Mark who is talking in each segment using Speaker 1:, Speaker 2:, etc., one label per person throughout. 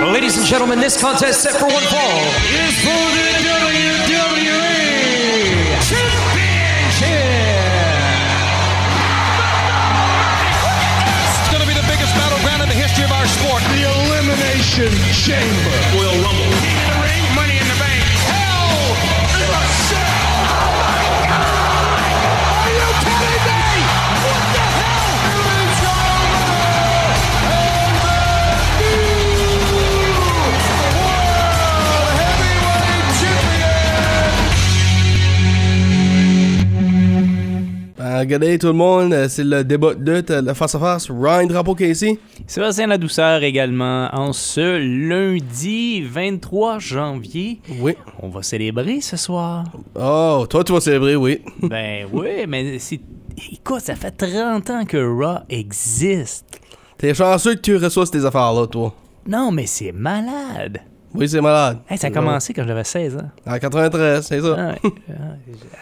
Speaker 1: Ladies and gentlemen, this contest set for one fall is for the WWE Championship.
Speaker 2: It's going to be the biggest battleground in the history of our sport.
Speaker 3: The Elimination Chamber.
Speaker 2: Royal Rumble. King of the Ring, Money in the Bank. Hell in a Cell. Oh, my God! Are you kidding me? What the hell?
Speaker 4: Ben, regardez tout le monde, euh, c'est le débat de lutte, euh, le face-à-face, Ryan Drapeau Casey.
Speaker 5: Sébastien La Douceur également en ce lundi 23 janvier.
Speaker 4: Oui.
Speaker 5: On va célébrer ce soir.
Speaker 4: Oh, toi tu vas célébrer, oui.
Speaker 5: Ben oui, mais c'est. Écoute, ça fait 30 ans que Raw existe.
Speaker 4: T'es chanceux que tu reçois ces affaires-là, toi.
Speaker 5: Non, mais c'est malade.
Speaker 4: Oui, c'est malade.
Speaker 5: Hey, ça a commencé quand j'avais 16 ans.
Speaker 4: En 93, c'est ça.
Speaker 5: Ah ouais.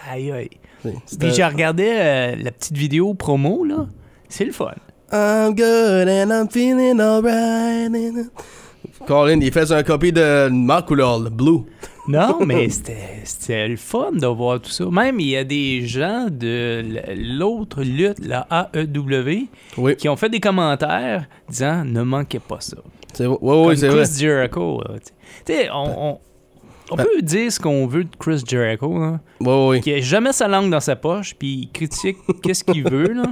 Speaker 5: Ah, aïe, aïe.
Speaker 4: C'est- c'était-
Speaker 5: Puis j'ai regardé euh, la petite vidéo promo, là. C'est le fun.
Speaker 4: I'm good and I'm feeling alright. Colin, il fait un copie de Mark Coulard, le Blue.
Speaker 5: Non, mais c'était c'était le fun de voir tout ça. Même, il y a des gens de l- l'autre lutte, la AEW,
Speaker 4: Oui.
Speaker 5: qui ont fait des commentaires disant ne manquez pas ça.
Speaker 4: C'est oui, oui,
Speaker 5: Comme
Speaker 4: c'est
Speaker 5: Chris
Speaker 4: vrai. Ben.
Speaker 5: Jericho. là, tu sais. Tu sais, on, on, on peut dire ce qu'on veut de Chris Jericho, là,
Speaker 4: Oui, oui.
Speaker 5: qui a jamais sa langue dans sa poche, puis il critique qu'est-ce qu'il veut. là.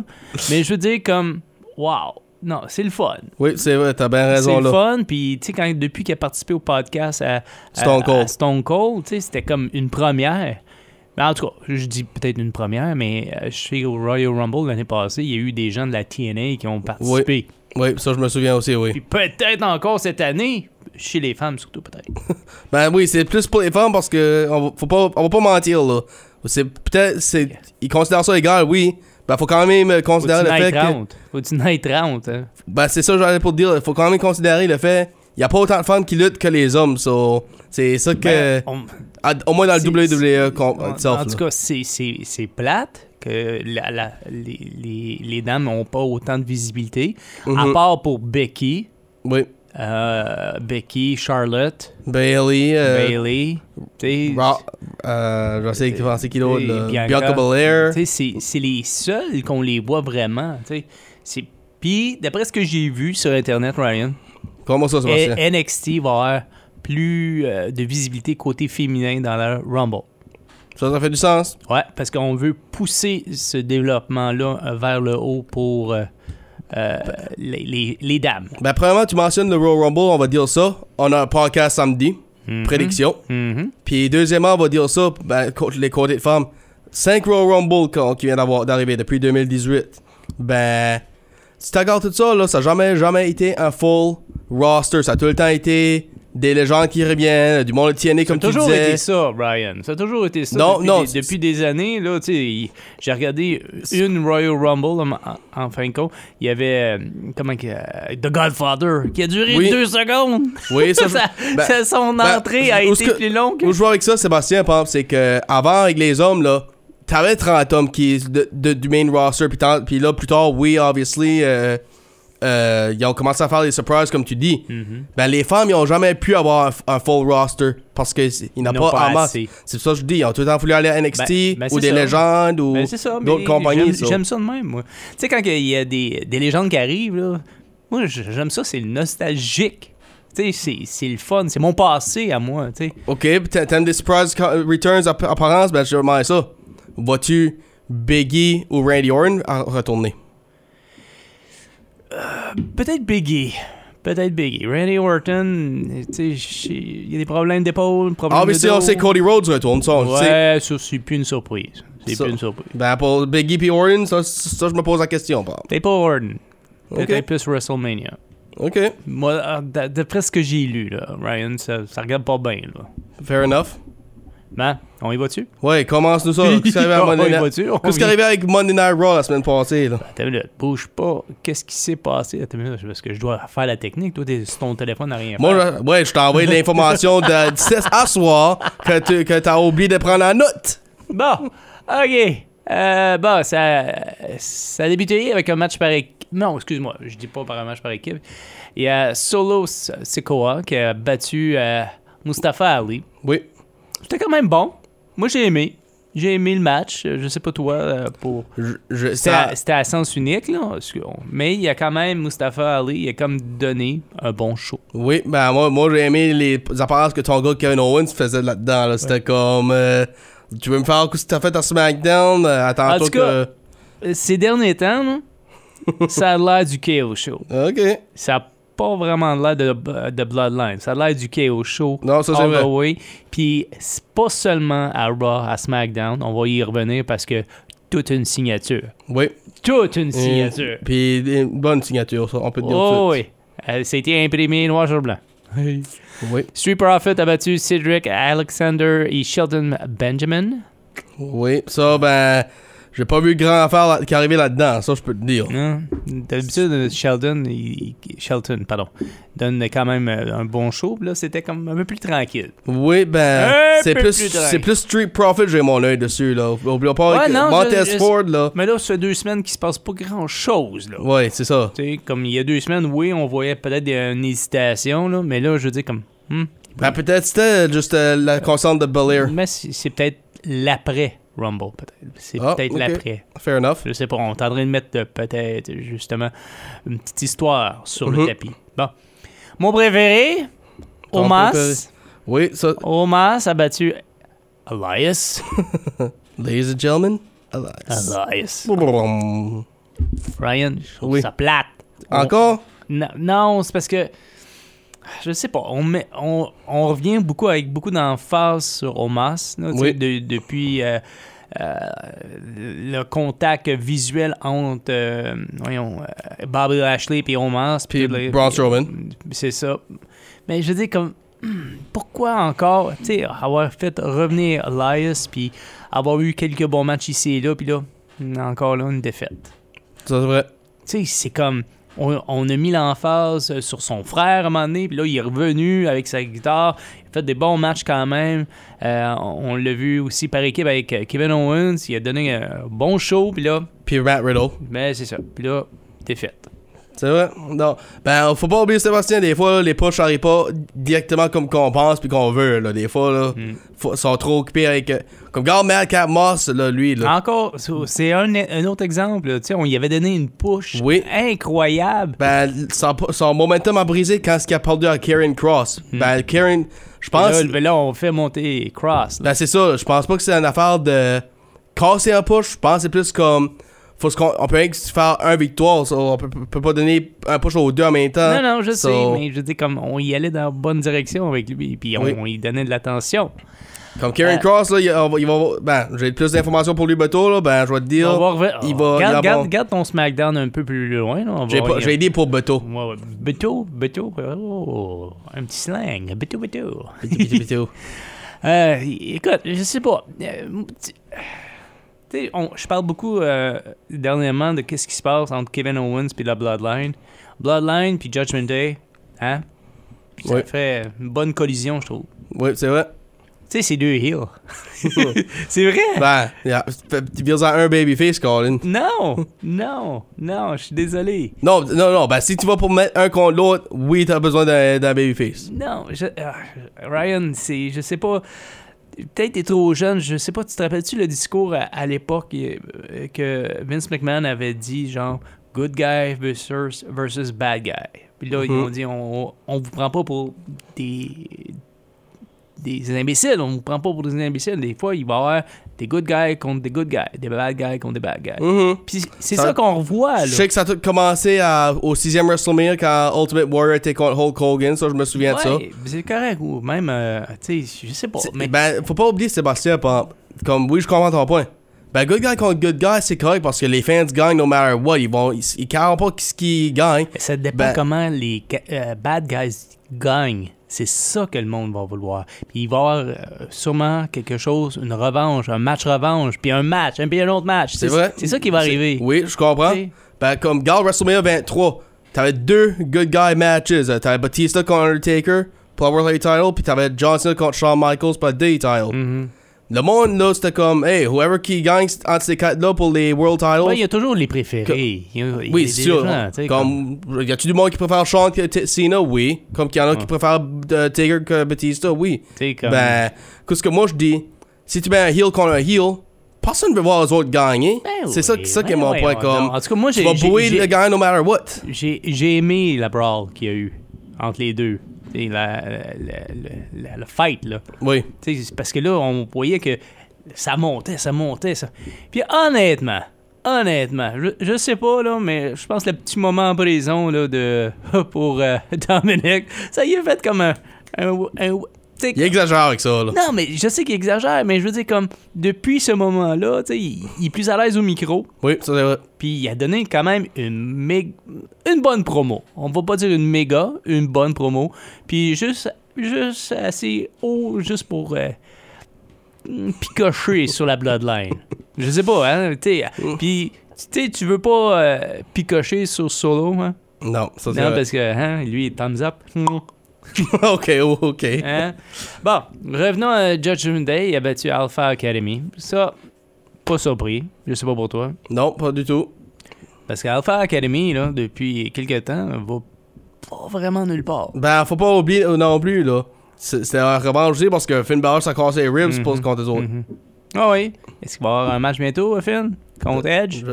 Speaker 5: Mais je veux dire, comme, wow, non, c'est le fun.
Speaker 4: Oui, c'est vrai, t'as bien
Speaker 5: C'est
Speaker 4: raison
Speaker 5: le
Speaker 4: là.
Speaker 5: fun, puis tu sais, quand- depuis qu'il a participé au podcast à, à-
Speaker 4: Stone Cold.
Speaker 5: à Stone Cold, tu sais, c'était comme une première. Mais en tout cas, je dis peut-être une première, mais euh, je sais au Royal Rumble l'année passée, il y a eu des gens de la TNA qui ont participé.
Speaker 4: Oui, ça je me souviens aussi, oui.
Speaker 5: Puis peut-être encore cette année, chez les femmes surtout peut-être.
Speaker 4: Ben oui, c'est plus pour les femmes parce que on va, faut pas, on va pas mentir là. C'est peut-être, c'est, ils considèrent ça égal, oui. Ben faut quand même euh,
Speaker 5: Faut du
Speaker 4: considérer le fait
Speaker 5: night
Speaker 4: que,
Speaker 5: round. Faut du night round. hein.
Speaker 4: ben c'est ça j'allais pour te dire, faut quand même considérer le fait, y a pas autant de femmes qui luttent que les hommes, so c'est ça que,
Speaker 5: Ben, on-
Speaker 4: à- au moins dans
Speaker 5: c'est-
Speaker 4: le WWE qu'on-
Speaker 5: en,
Speaker 4: itself,
Speaker 5: en
Speaker 4: là.
Speaker 5: tout cas, c'est- c'est c'est plate que la- la- les, les- les dames n'ont pas autant de visibilité,
Speaker 4: Mm-hmm.
Speaker 5: à part pour Becky.
Speaker 4: oui.
Speaker 5: Euh, Becky, Charlotte,
Speaker 4: Bailey, euh,
Speaker 5: Bailey,
Speaker 4: Ra- euh, je sais qui pensait qui l'autre, là. Bianca Belair.
Speaker 5: C'est c'est les seuls qu'on les voit vraiment. t'sais. C'est- Puis, d'après ce que j'ai vu sur Internet, Ryan,
Speaker 4: Comment ça, Sébastien?
Speaker 5: eh, NXT va avoir plus euh, de visibilité côté féminin dans la Rumble.
Speaker 4: Ça, ça fait du sens.
Speaker 5: Ouais, parce qu'on veut pousser ce développement-là euh, vers le haut pour euh, euh, les, les- les dames.
Speaker 4: Ben, premièrement, tu mentionnes le Royal Rumble, on va dire ça. On a un podcast samedi,
Speaker 5: Mm-hmm.
Speaker 4: prédiction.
Speaker 5: Mhm.
Speaker 4: Puis, deuxièmement, on va dire ça, ben, contre les côtés de femmes. 5 Royal Rumble qu'on- qui vient d'avoir- d'arriver depuis 2018. Ben, si tu regardes tout ça, là, ça n'a jamais, jamais été un full roster. Ça a tout le temps été des légendes qui reviennent, du monde de TNA comme tu
Speaker 5: Ça a toujours
Speaker 4: disais.
Speaker 5: été ça, Brian. Ça a toujours été ça.
Speaker 4: Non,
Speaker 5: depuis
Speaker 4: non,
Speaker 5: des-
Speaker 4: c'est-
Speaker 5: depuis des années, là, tu sais, il- j'ai regardé une Royal Rumble en, en- en fin de compte. Il y avait, euh, comment, que- euh, The Godfather, qui a duré
Speaker 4: Oui.
Speaker 5: deux secondes.
Speaker 4: Oui, ça, je-
Speaker 5: Ça-
Speaker 4: ben,
Speaker 5: ça- son
Speaker 4: ben,
Speaker 5: entrée a
Speaker 4: où
Speaker 5: été
Speaker 4: ce que-
Speaker 5: plus longue.
Speaker 4: Où je vois avec ça, Sébastien, par exemple, c'est que avant avec les hommes, là, t'avais 30 hommes qui de, de- du main roster, puis, t'en- puis là, plus tard, oui, obviously, euh, euh, ils ont commencé à faire des surprises, comme tu dis.
Speaker 5: Mm-hmm.
Speaker 4: Ben, les femmes, ils ont jamais pu avoir un, f- un full roster parce qu'ils n'ont
Speaker 5: Ils
Speaker 4: pas,
Speaker 5: n'ont pas
Speaker 4: en masse.
Speaker 5: assez.
Speaker 4: C'est pour ça que je dis, ils ont tout le temps voulu aller à NXT
Speaker 5: Ben- ben,
Speaker 4: ou
Speaker 5: c'est
Speaker 4: des
Speaker 5: ça.
Speaker 4: légendes ou
Speaker 5: Ben, c'est ça, mais
Speaker 4: d'autres compagnies.
Speaker 5: j'aime-
Speaker 4: ça.
Speaker 5: J'aime ça de même, moi. Tu sais, quand il y a des, des légendes qui arrivent, là, moi, j- j'aime ça, c'est nostalgique. Tu sais, c'est- c'est le fun, c'est mon passé à moi, tu sais.
Speaker 4: Ok, puis t'a- t'aimes des surprise co- returns app- apparence, ben je demande ça. Vois-tu Biggie ou Randy Orton à retourner?
Speaker 5: Peut-être Biggie. Peut-être Biggie. Randy Orton, euh, tu sais, j'ai- il y a des problèmes d'épaule, problèmes
Speaker 4: Ah,
Speaker 5: de
Speaker 4: mais si on
Speaker 5: dos.
Speaker 4: sait Cody Rhodes retourne, ça on le sait.
Speaker 5: Ouais, ça, c'est plus une surprise. C'est
Speaker 4: Ça.
Speaker 5: plus une surprise.
Speaker 4: Ben pour Biggie puis Orton, ça, ça je me pose la question. par exemple.
Speaker 5: Peut-être pas Orton.
Speaker 4: Ok.
Speaker 5: Peut-être plus WrestleMania.
Speaker 4: Ok,
Speaker 5: Moi, euh, d'a- d'après ce que j'ai lu, là, Ryan, ça, ça regarde pas bien, là.
Speaker 4: fair enough.
Speaker 5: Ben, on y va-tu?
Speaker 4: Ouais, commence-nous ça. Qu'est-ce qui est arrivé à
Speaker 5: On
Speaker 4: Monday
Speaker 5: y
Speaker 4: Night-
Speaker 5: va-tu? On
Speaker 4: Qu'est-ce qui est
Speaker 5: y-
Speaker 4: arrivé avec Monday Night Raw la semaine passée? Là?
Speaker 5: Attends une minute, bouge pas. Qu'est-ce qui s'est passé? Attends une minute, parce que je dois faire la technique. Toi, t'es sur ton téléphone à rien
Speaker 4: Moi,
Speaker 5: faire.
Speaker 4: je- ouais, je t'ai envoyé l'information de 17 à soir que tu que t'as oublié de prendre la note.
Speaker 5: Bon, OK. Euh, bah, ça, ça a débuté avec un match par équipe. Non, excuse-moi, je dis pas par un match par équipe. Il y a Solo S- Sikoa qui a battu euh, Mustafa Ali.
Speaker 4: Oui.
Speaker 5: C'était quand même bon. Moi, j'ai aimé. J'ai aimé le match. Euh, Je sais pas toi euh, pour.
Speaker 4: Je- je-
Speaker 5: C'était
Speaker 4: ça,
Speaker 5: à, c'était à sens unique, là. parce que on- Mais il y a quand même Mustafa Ali, il a comme donné un bon show.
Speaker 4: oui, ben moi, moi j'ai aimé les apparences que ton gars Kevin Owens faisait là-dedans. Là. C'était comme. euh, tu veux me faire un coup si t'as fait à SmackDown? Euh,
Speaker 5: En
Speaker 4: Attends-toi
Speaker 5: tout
Speaker 4: que.
Speaker 5: cas- Euh, Ces derniers temps, là, ça a l'air du KO Show.
Speaker 4: Ok.
Speaker 5: ça n'a pas vraiment l'air de, de Bloodline. Ça a l'air du KO Show.
Speaker 4: Non, ça, c'est
Speaker 5: all
Speaker 4: vrai.
Speaker 5: the way. Puis c'est pas seulement à Raw, à SmackDown. On va y revenir parce que toute une signature.
Speaker 4: Oui.
Speaker 5: Toute une
Speaker 4: Et-
Speaker 5: signature.
Speaker 4: Puis une bonne signature, ça, on peut te dire
Speaker 5: Oh
Speaker 4: tout de
Speaker 5: oui. Euh, C'était imprimé noir sur blanc.
Speaker 4: suite. Oui.
Speaker 5: Street Profit a battu Cedric Alexander et Sheldon Benjamin.
Speaker 4: Oui. Ça, ben. J'ai pas vu grand affaire là- qui arrivait là-dedans, ça, je peux te dire.
Speaker 5: Hein? D'habitude, Sheldon, il- il- Shelton, pardon, donne quand même euh, un bon show. Là, c'était comme un peu plus tranquille.
Speaker 4: Oui, ben.
Speaker 5: Un
Speaker 4: C'est
Speaker 5: peu
Speaker 4: plus,
Speaker 5: plus dingue.
Speaker 4: c'est plus Street Profit, j'ai mon œil dessus, là. Oublions pas
Speaker 5: Ouais,
Speaker 4: que
Speaker 5: non,
Speaker 4: Montez
Speaker 5: je- je-
Speaker 4: Ford, là.
Speaker 5: Mais là, ça fait deux semaines qu'il se passe pas grand chose. Là.
Speaker 4: Ouais, c'est ça.
Speaker 5: Tu sais, comme il y a deux semaines, oui, on voyait peut-être des- une hésitation, là, mais là, je veux dire, comme. hmm,
Speaker 4: Ben, peut-être c'était juste euh, la consonne de Bel Air.
Speaker 5: mais c'est c'est peut-être l'après Rumble, peut-être. C'est
Speaker 4: Ah,
Speaker 5: peut-être
Speaker 4: ok.
Speaker 5: l'après.
Speaker 4: Fair enough.
Speaker 5: Je sais pas, on est en train de mettre euh, peut-être, justement, une petite histoire sur
Speaker 4: Mhm.
Speaker 5: le tapis. Bon. Mon préféré,
Speaker 4: Ton préféré.
Speaker 5: Omas.
Speaker 4: Oui, ça.
Speaker 5: Omas a battu Elias.
Speaker 4: Ladies and gentlemen, Elias.
Speaker 5: Elias.
Speaker 4: Brum.
Speaker 5: Ryan, je trouve
Speaker 4: Oui.
Speaker 5: ça plate. On-
Speaker 4: Encore?
Speaker 5: Non, non, c'est parce que. Je sais pas, on, met- on, on revient beaucoup avec beaucoup d'emphase sur Omas là, tu sais,
Speaker 4: Oui.
Speaker 5: de- depuis euh, euh, le contact visuel entre euh, voyons, euh, Bobby Lashley et Omas.
Speaker 4: Puis
Speaker 5: le-
Speaker 4: Braun Strowman.
Speaker 5: C'est ça. Mais je dis comme hmm, pourquoi encore tu sais, avoir fait revenir Elias puis avoir eu quelques bons matchs ici et là puis là encore là une défaite
Speaker 4: Ça, c'est vrai.
Speaker 5: tu sais, c'est comme. On, on a mis l'emphase euh, sur son frère à un moment donné, puis là, il est revenu avec sa guitare. Il a fait des bons matchs quand même. Euh, on on l'a vu aussi par équipe avec euh, Kevin Owens. Il a donné un bon show, puis là,
Speaker 4: Puis Matt Riddle.
Speaker 5: mais c'est ça. Puis là, défaite.
Speaker 4: C'est vrai? Non. Ben, faut pas oublier Sébastien, des fois, là, les pushs arrivent pas directement comme qu'on pense puis qu'on veut, là. Des fois, là,
Speaker 5: Hmm.
Speaker 4: faut- sont trop occupés avec. euh, Comme, regarde Madcap Moss, là, lui, là.
Speaker 5: Encore, c'est- c'est un, un autre exemple. là. Tu sais, on y avait donné une push
Speaker 4: Oui.
Speaker 5: incroyable.
Speaker 4: Ben, son, son momentum a brisé quand il a perdu à Karen Cross. Ben, Karen, je pense.
Speaker 5: Hmm. Là, ben, là, on fait monter Cross. là.
Speaker 4: Ben c'est ça, je pense pas que c'est une affaire de casser un push, je pense que c'est plus comme faut se con- on peut rien que faire un victoire, ça, on peut, peut pas donner un push aux deux en même temps.
Speaker 5: Non, non, je
Speaker 4: Ben, So,
Speaker 5: sais, mais je dis comme on y allait dans la bonne direction avec lui, puis on,
Speaker 4: Oui.
Speaker 5: on y donnait de l'attention.
Speaker 4: Comme Karen
Speaker 5: Euh,
Speaker 4: Cross là, il, on va- il va ben j'ai plus d'informations pour lui bientôt là, ben je vais te dire.
Speaker 5: On va reven-
Speaker 4: il va il
Speaker 5: Garde,
Speaker 4: va-
Speaker 5: garde- garde ton SmackDown un peu plus loin. là, on va
Speaker 4: J'ai pas-
Speaker 5: revenir.
Speaker 4: j'ai dit pour Beto.
Speaker 5: Ouais, ouais. Beto, Beto, oh, un petit slang. Beto, Beto. Euh, écoute, je sais pas. Euh, tu- tu sais, on- je parle beaucoup euh, dernièrement de qu'est-ce qui se passe entre Kevin Owens puis la Bloodline. Bloodline puis Judgment Day, hein? Puis ça
Speaker 4: Ouais.
Speaker 5: fait une bonne collision, je trouve.
Speaker 4: oui, c'est vrai.
Speaker 5: Tu sais, c'est deux heels. c'est vrai?
Speaker 4: Ben, yeah, fait- tu viens à un babyface Colin.
Speaker 5: Non, non, non, je suis désolé.
Speaker 4: Non, non non, ben si tu vas pour mettre un contre l'autre, oui, t'as besoin d'un d'un babyface.
Speaker 5: Non, je- ah, Ryan, c'est, je sais pas. Peut-être t'es trop jeune, je sais pas. Tu te rappelles-tu le discours à, à l'époque euh, que Vince McMahon avait dit genre good guy versus, versus bad guy. Puis là
Speaker 4: Mhm.
Speaker 5: ils ont dit on, on vous prend pas pour des des imbéciles, on vous prend pas pour des imbéciles. Des fois il va y avoir des good guys contre des good guys, des bad guys contre des bad guys.
Speaker 4: Mhm.
Speaker 5: Puis c'est
Speaker 4: Ça-
Speaker 5: ça, qu'on revoit Ah, là.
Speaker 4: Je sais que ça a tout commencé à- au 6e WrestleMania quand Ultimate Warrior était contre Hulk Hogan, ça je me souviens de ça.
Speaker 5: Ouais, c'est correct ou même euh, tu sais je sais pas.
Speaker 4: C'est-
Speaker 5: mais-
Speaker 4: Ben, faut pas oublier Sébastien, par- comme oui, je comprends ton point. Ben, good guy contre good guy, c'est correct parce que les fans gagnent no matter what. Ils vont, ils, ils carrent pas ce qu'ils gagnent.
Speaker 5: Ça dépend
Speaker 4: Ben-
Speaker 5: comment les ga- euh, bad guys gagnent. C'est ça que le monde va vouloir. Puis il va y avoir euh, sûrement quelque chose, une revanche, un match revanche, puis un match, un puis un autre match.
Speaker 4: C'est vrai.
Speaker 5: C'est ça qui va
Speaker 4: C'est-
Speaker 5: arriver.
Speaker 4: Oui, je comprends.
Speaker 5: Tu sais.
Speaker 4: Ben, comme Gal WrestleMania 23, t'avais deux good guy matches. Euh, T'avais
Speaker 5: Mm-hmm.
Speaker 4: Batista contre Undertaker pour avoir le title, puis t'avais Johnson contre Shawn Michaels pour le day title. Le monde, là, c'était comme, hey, whoever qui gagne entre ces quatre-là pour les World Titles.
Speaker 5: Ouais, il y a toujours les préférés. Il y a- il y a
Speaker 4: oui,
Speaker 5: des
Speaker 4: c'est sûr.
Speaker 5: gens, tu sais,
Speaker 4: comme, y a-tu du monde qui préfère Sean que T- Cena? Oui. Comme qu'il y en a qui préfèrent euh, Taker que Batista? Oui.
Speaker 5: tu sais, comme-
Speaker 4: Ben, qu'est-ce que moi je dis? Si tu mets un heel contre un heel, personne ne veut voir les autres gagner.
Speaker 5: Ben
Speaker 4: c'est ça,
Speaker 5: oui,
Speaker 4: ça qui est
Speaker 5: ben
Speaker 4: mon point.
Speaker 5: voyons
Speaker 4: Comme,
Speaker 5: donc. En tout cas, moi,
Speaker 4: tu
Speaker 5: j'ai-
Speaker 4: vas
Speaker 5: j'ai-
Speaker 4: bouer
Speaker 5: j'ai-
Speaker 4: le gagnant no matter what.
Speaker 5: J'ai j'ai aimé la brawl qu'il y a eu entre les deux. Et la, la- la- la- le fight, là.
Speaker 4: Oui.
Speaker 5: Tu sais, c'est parce que là, on voyait que ça montait, ça montait, ça. Puis honnêtement, honnêtement, je, je sais pas, là, mais je pense que le petit moment en prison, là, de, pour euh, Dominic, ça y est fait comme un. un, un- tu sais,
Speaker 4: Il exagère avec ça, là.
Speaker 5: non, mais je sais qu'il exagère, mais je veux dire, comme, depuis ce moment-là, tu sais, il, il est plus à l'aise au micro.
Speaker 4: Oui, ça c'est vrai.
Speaker 5: Puis il a donné quand même une, mé- une bonne promo. On va pas dire une méga, une bonne promo. Puis juste, juste assez haut, juste pour euh, picocher sur la Bloodline. Je sais pas, hein. t'sais. Puis tu sais, tu veux pas euh, picocher sur Solo, hein.
Speaker 4: Non, ça c'est
Speaker 5: Non,
Speaker 4: vrai.
Speaker 5: parce que hein, lui, il est thumbs up.
Speaker 4: ok, oh, ok.
Speaker 5: Hein? Bon, revenons à Judgment Day. Il a battu Alpha Academy. Ça, pas surpris. Je sais pas pour toi.
Speaker 4: Non, pas du tout.
Speaker 5: Parce qu'Alpha Academy, là, depuis quelques temps, va pas vraiment nulle part.
Speaker 4: Ben, faut pas oublier euh, non plus, là. C'est- C'était un revanche aussi parce que Finn Balor s'est cassé les ribs
Speaker 5: Mm-hmm.
Speaker 4: pour se contre les autres.
Speaker 5: Ah oui. Est-ce qu'il va y avoir un match bientôt, Finn? Contre
Speaker 4: Euh,
Speaker 5: Edge?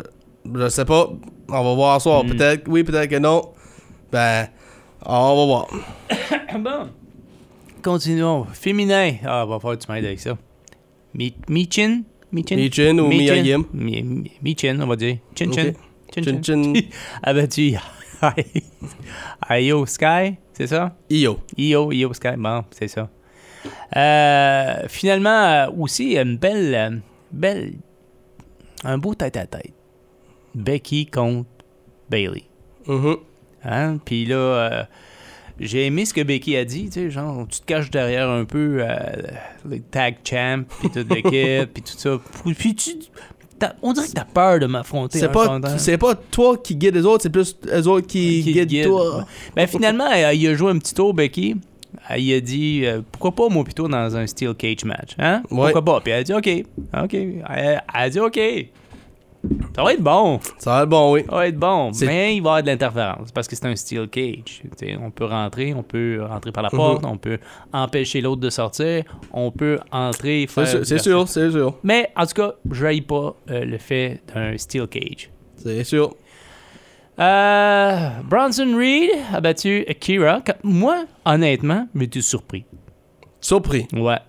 Speaker 4: Je sais pas. On va voir ce soir.
Speaker 5: Hmm.
Speaker 4: Peut-être oui, peut-être que non. Ben, on va voir.
Speaker 5: bon. Continuons. Féminin. Ah, va falloir que tu m'aides avec ça. Mi- Michin? Michin?
Speaker 4: Michin ou Mia Yim?
Speaker 5: Mi- Mi- Michin, on va dire. Chin Chin.
Speaker 4: Ok. Chin Chin.
Speaker 5: ah ben tu... Io Sky, c'est ça?
Speaker 4: Io.
Speaker 5: Io, Io Sky, bon, c'est ça. Euh, finalement, euh, aussi, une belle, euh, belle, un beau tête-à-tête. Becky contre Bailey.
Speaker 4: Mhm.
Speaker 5: Hein? Puis là, euh, j'ai aimé ce que Becky a dit, tu sais, genre, tu te caches derrière un peu euh, le tag champ, puis toute l'équipe, puis tout ça. Puis tu, t'as- on dirait que t'as peur de m'affronter.
Speaker 4: C'est
Speaker 5: en
Speaker 4: pas,
Speaker 5: chantant.
Speaker 4: c'est pas toi qui guide les autres, c'est plus les autres qui,
Speaker 5: Qui
Speaker 4: guident
Speaker 5: guide.
Speaker 4: toi.
Speaker 5: Ben finalement, elle- il a joué un petit tour, Becky. Elle, Il a dit euh, pourquoi pas moi plutôt dans un steel cage match, hein
Speaker 4: Ouais.
Speaker 5: Pourquoi pas Puis elle a dit ok, ok. Elle, elle a dit ok. Ça va être bon,
Speaker 4: Ça va être bon, oui.
Speaker 5: ça va être bon.
Speaker 4: C'est-
Speaker 5: Mais il va y avoir de l'interférence parce que c'est un steel cage. Tu sais, on peut rentrer, on peut rentrer
Speaker 4: Mm-hmm.
Speaker 5: par la porte, on peut empêcher l'autre de sortir, on peut entrer.
Speaker 4: C'est
Speaker 5: faire
Speaker 4: sûr, c'est
Speaker 5: diverses-
Speaker 4: sûr, c'est sûr.
Speaker 5: Mais en tout cas, je haïs pas euh, le fait d'un steel cage.
Speaker 4: C'est sûr.
Speaker 5: Euh, Bronson Reed a battu Akira. Qu- Moi, honnêtement, j'étais surpris.
Speaker 4: Surpris.
Speaker 5: Ouais.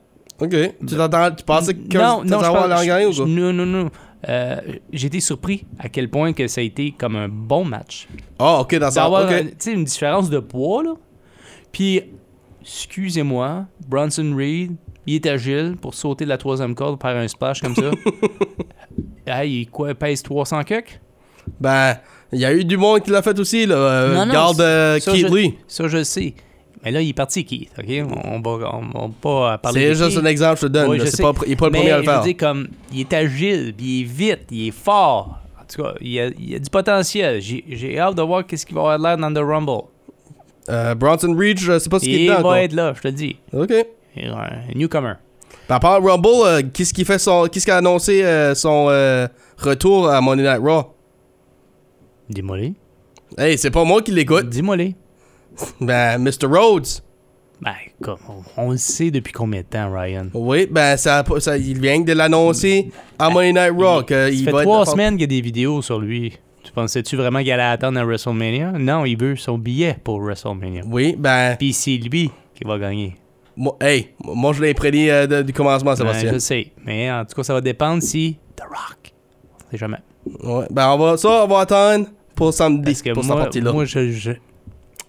Speaker 4: Ok. Tu t'attends, tu pensais que
Speaker 5: non, non, je
Speaker 4: avoir
Speaker 5: pense-
Speaker 4: gagner ou
Speaker 5: je-
Speaker 4: quoi?
Speaker 5: non, non, non. Euh, J'ai été surpris à quel point que ça a été comme un bon match.
Speaker 4: Ah, ok, dans ça.
Speaker 5: D'avoir
Speaker 4: Ok.
Speaker 5: euh, tu sais, une différence de poids, là. Puis, excusez-moi, Bronson Reed, il est agile pour sauter de la troisième corde, faire un splash comme ça. ah, il quoi, pèse 300 cucks?
Speaker 4: Ben, il y a eu du monde qui l'a fait aussi, là. Euh,
Speaker 5: Non, non,
Speaker 4: garde euh,
Speaker 5: ça,
Speaker 4: Keith
Speaker 5: je-
Speaker 4: Lee.
Speaker 5: Ça, je le sais. Mais là, il est parti, Keith. OK? On on va, on, on va pas parler
Speaker 4: C'est
Speaker 5: de
Speaker 4: juste
Speaker 5: Keith.
Speaker 4: un exemple, que je te donne.
Speaker 5: Oui,
Speaker 4: là.
Speaker 5: je
Speaker 4: c'est
Speaker 5: sais.
Speaker 4: pas, il est pas le
Speaker 5: Mais
Speaker 4: premier à le
Speaker 5: je veux
Speaker 4: faire.
Speaker 5: dire, comme, il est agile, puis il est vite, il est fort. En tout cas, il a, il a du potentiel. J'ai- J'ai hâte de voir qu'est-ce qu'il va avoir de l'air dans The Rumble.
Speaker 4: Euh, Bronson Reed, je sais pas ce qu'il
Speaker 5: il
Speaker 4: est dedans.
Speaker 5: va
Speaker 4: quoi.
Speaker 5: être là, je te le dis.
Speaker 4: Ok.
Speaker 5: Il est un newcomer.
Speaker 4: Par rapport à Rumble, euh, qu'est-ce qui fait son, qu'est-ce qui a annoncé euh, son euh, retour à Monday Night Raw?
Speaker 5: Dis-moi-les.
Speaker 4: Hey, c'est pas moi qui l'écoute.
Speaker 5: Dis-moi-les. Mm.
Speaker 4: Ben, Mr. Rhodes.
Speaker 5: Ben, comme, on, on le sait depuis combien de temps, Ryan?
Speaker 4: Oui, ben, ça, ça- il vient de l'annoncer à Monday Night Raw. que
Speaker 5: Mm. Ça
Speaker 4: il
Speaker 5: fait
Speaker 4: va
Speaker 5: trois
Speaker 4: être-
Speaker 5: semaines qu'il y a des vidéos sur lui. Tu pensais-tu vraiment qu'il allait attendre à WrestleMania? Non, il veut son billet pour WrestleMania.
Speaker 4: Oui, ben,
Speaker 5: Puis c'est lui qui va gagner.
Speaker 4: moi, hey, moi je l'ai prédit euh, de- du commencement, Sébastien.
Speaker 5: Ben, je sais. Mais en tout cas, ça va dépendre si The Rock. On sait jamais.
Speaker 4: Ouais, ben, on va, ça, on va attendre pour samedi,
Speaker 5: Parce que
Speaker 4: pour cette
Speaker 5: moi,
Speaker 4: partie-là.
Speaker 5: moi, je, je,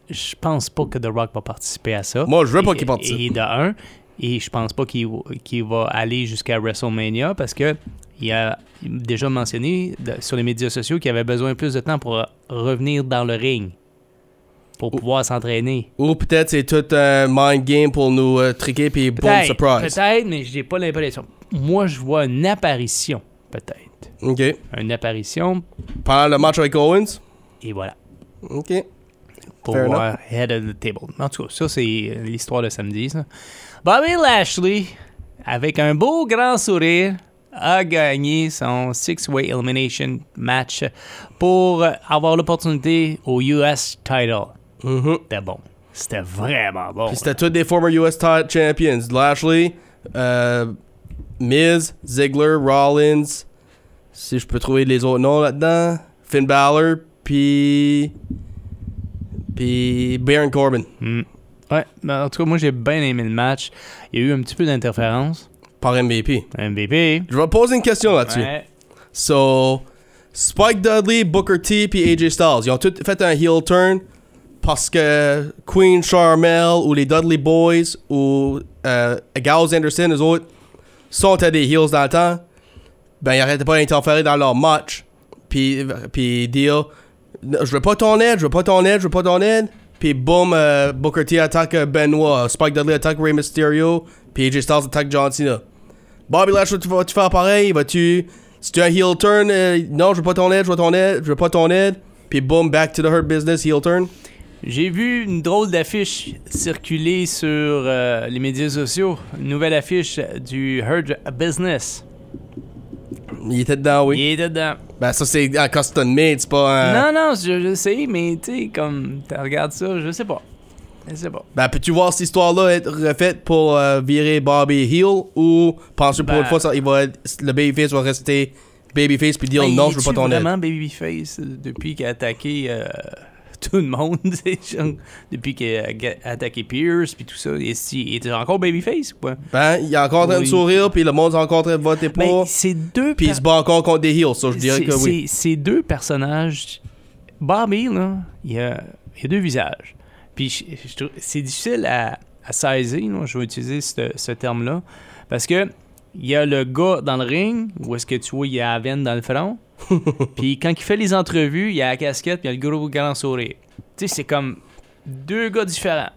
Speaker 5: je pense pas que The Rock va participer à ça.
Speaker 4: Moi, je veux pas
Speaker 5: Et-
Speaker 4: qu'il participe.
Speaker 5: Et de un, et je pense pas qu'il qu'il va aller jusqu'à WrestleMania parce que il a déjà mentionné de- sur les médias sociaux qu'il avait besoin de plus de temps pour revenir dans le ring. Pour pouvoir s'entraîner.
Speaker 4: Ou peut-être c'est tout un mind game pour nous euh, triquer, puis boom,
Speaker 5: Peut-être,
Speaker 4: surprise.
Speaker 5: peut-être, mais j'ai pas l'impression. Moi, je vois une apparition, peut-être.
Speaker 4: Ok.
Speaker 5: Une apparition,
Speaker 4: Pendant le match avec Owens.
Speaker 5: et voilà.
Speaker 4: Ok.
Speaker 5: pour
Speaker 4: Fair
Speaker 5: voir Head of the Table. En tout cas, ça, c'est euh, l'histoire de samedi, ça. Bobby Lashley avec un beau grand sourire, a gagné son Six-Way Elimination match pour avoir l'opportunité au US title.
Speaker 4: Mhm.
Speaker 5: C'était bon. C'était vraiment bon.
Speaker 4: Puis c'était tous des former US title champions. Lashley, euh, Miz, Ziggler, Rollins. Si je peux trouver les autres noms là-dedans. Finn Balor, puis. Puis Baron Corbin.
Speaker 5: Ouais, mais en tout cas, moi j'ai bien aimé le match. Il y a eu un petit peu d'interférence.
Speaker 4: Par MVP.
Speaker 5: MVP.
Speaker 4: Je vais poser une question là-dessus.
Speaker 5: Ouais.
Speaker 4: So, Spike Dudley, Booker T, puis AJ Styles, ils ont tous fait un heel turn parce que Queen Charmel ou les Dudley Boys ou euh, Gals Anderson, les autres, sont à des heels dans le temps. Ben, ils arrêtaient pas d'interférer dans leur match. Puis, puis dire Je veux pas ton aide, je veux pas ton aide, je veux pas ton aide. Puis, boum, euh, Booker T attaque euh, Benoit, Spike Dudley attaque Rey Mysterio, puis AJ Styles attaque John Cena. Bobby Lashley, tu vas-tu faire pareil? Vas-tu. Si tu as un heel turn, euh, non, je veux pas ton aide, je veux ton aide, je veux pas ton aide. Puis boom, back to the hurt business, heel turn.
Speaker 5: J'ai vu une drôle d'affiche circuler sur euh, les médias sociaux. Une nouvelle affiche du Herd Business.
Speaker 4: Il était dedans, oui. Euh.
Speaker 5: Il est dedans.
Speaker 4: Ben, ça, c'est un custom made, c'est pas un.
Speaker 5: Non, non, je, je sais, mais tu sais, comme tu regardes ça, je sais pas. Je sais pas.
Speaker 4: Ben, peux-tu voir cette histoire-là être refaite pour euh, virer Bobby heel ou penses-tu pour
Speaker 5: Ben-
Speaker 4: une fois, ça, il va être- le babyface va rester babyface puis dire
Speaker 5: Mais
Speaker 4: non,
Speaker 5: Ben, il
Speaker 4: je veux
Speaker 5: est-tu
Speaker 4: pas ton aide?
Speaker 5: vraiment Babyface euh, depuis qu'il a attaqué euh, tout le monde, c'est genre- depuis qu'il a ga- attaqué Pierce puis tout ça, est-ce qu'il est encore Babyface ou quoi?
Speaker 4: Ben, il est encore en train de
Speaker 5: Oui.
Speaker 4: sourire, puis le monde est encore en train de voter
Speaker 5: Ben,
Speaker 4: pour.
Speaker 5: c'est deux
Speaker 4: Puis il
Speaker 5: per-
Speaker 4: se bat encore contre des heels, ça, je dirais
Speaker 5: c'est-
Speaker 4: que oui.
Speaker 5: c'est- c'est deux personnages. Bobby, là, il y a, il y a deux visages. Puis je- je trouve- c'est difficile à, à saisir, là, je vais utiliser ce, ce terme-là, parce que il y a le gars dans le ring, où est-ce que tu vois, il y a la veine dans le front. puis quand il fait les entrevues, il y a la casquette, puis il y a le gros grand sourire. Tu sais, c'est comme deux gars différents,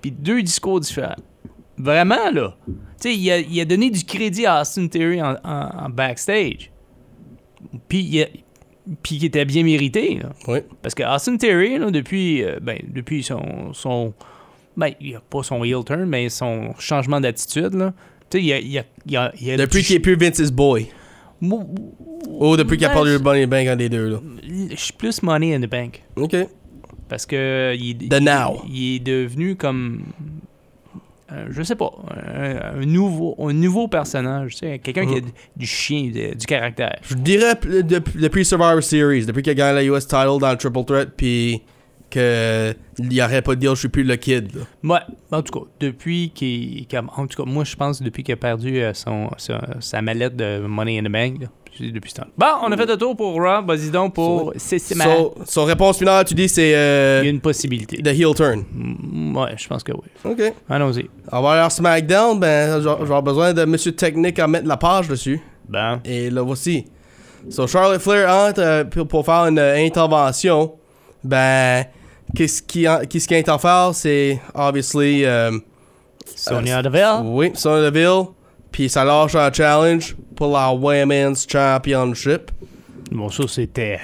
Speaker 5: puis deux discours différents. Vraiment, là. Tu sais, il a, il a donné du crédit à Austin Theory en- en- en backstage. Puis il, a- puis il était bien mérité. là.
Speaker 4: Oui.
Speaker 5: Parce que Austin Theory, là, depuis, euh, ben, depuis son, son. Ben, il a pas son heel turn, mais son changement d'attitude, là. Tu sais, il a. il a- il a- il a-
Speaker 4: Depuis qu'il est plus Vince's boy.
Speaker 5: Moi,
Speaker 4: Ou depuis qu'il a
Speaker 5: Ben,
Speaker 4: perdu le Bunny Bank en des deux, là.
Speaker 5: Je suis plus Money in the Bank.
Speaker 4: Ok.
Speaker 5: Parce que. Il,
Speaker 4: The
Speaker 5: il-
Speaker 4: now.
Speaker 5: Il est devenu comme. euh, je sais pas, un, un nouveau, un nouveau personnage, tu sais, quelqu'un qui a
Speaker 4: Mm.
Speaker 5: du- du chien, de- du caractère.
Speaker 4: Je dirais p- dep- depuis Survivor Series, depuis qu'il a gagné la US title dans le Triple Threat, puis que il n'y aurait pas de deal, je suis plus le kid. là.
Speaker 5: Ouais, en tout cas, depuis qu'il. qu'il a- En tout cas, moi, je pense depuis qu'il a perdu euh, son, sa, sa mallette de Money in the Bank, là, puis depuis ce temps Bon, on a fait le tour pour Raw. Vas-y donc pour Sissima.
Speaker 4: So- euh, son réponse finale, tu dis c'est
Speaker 5: Il y a
Speaker 4: euh,
Speaker 5: une possibilité.
Speaker 4: the heel turn.
Speaker 5: Mm, Ouais, je pense que oui.
Speaker 4: Ok.
Speaker 5: Allons-y.
Speaker 4: On va aller à SmackDown, ben j'aurai j'aurai besoin de Monsieur Technique à mettre la page dessus.
Speaker 5: Ben.
Speaker 4: Et là voici. So Charlotte Flair entre euh, pour, pour faire une euh, intervention. Ben qu'est-ce qui en- qu'est-ce qui interfère, c'est obviously euh,
Speaker 5: Sonia Deville.
Speaker 4: Oui, Sonya Deville. Puis ça lâche un challenge pour la Women's Championship.
Speaker 5: Bon, ça, c'était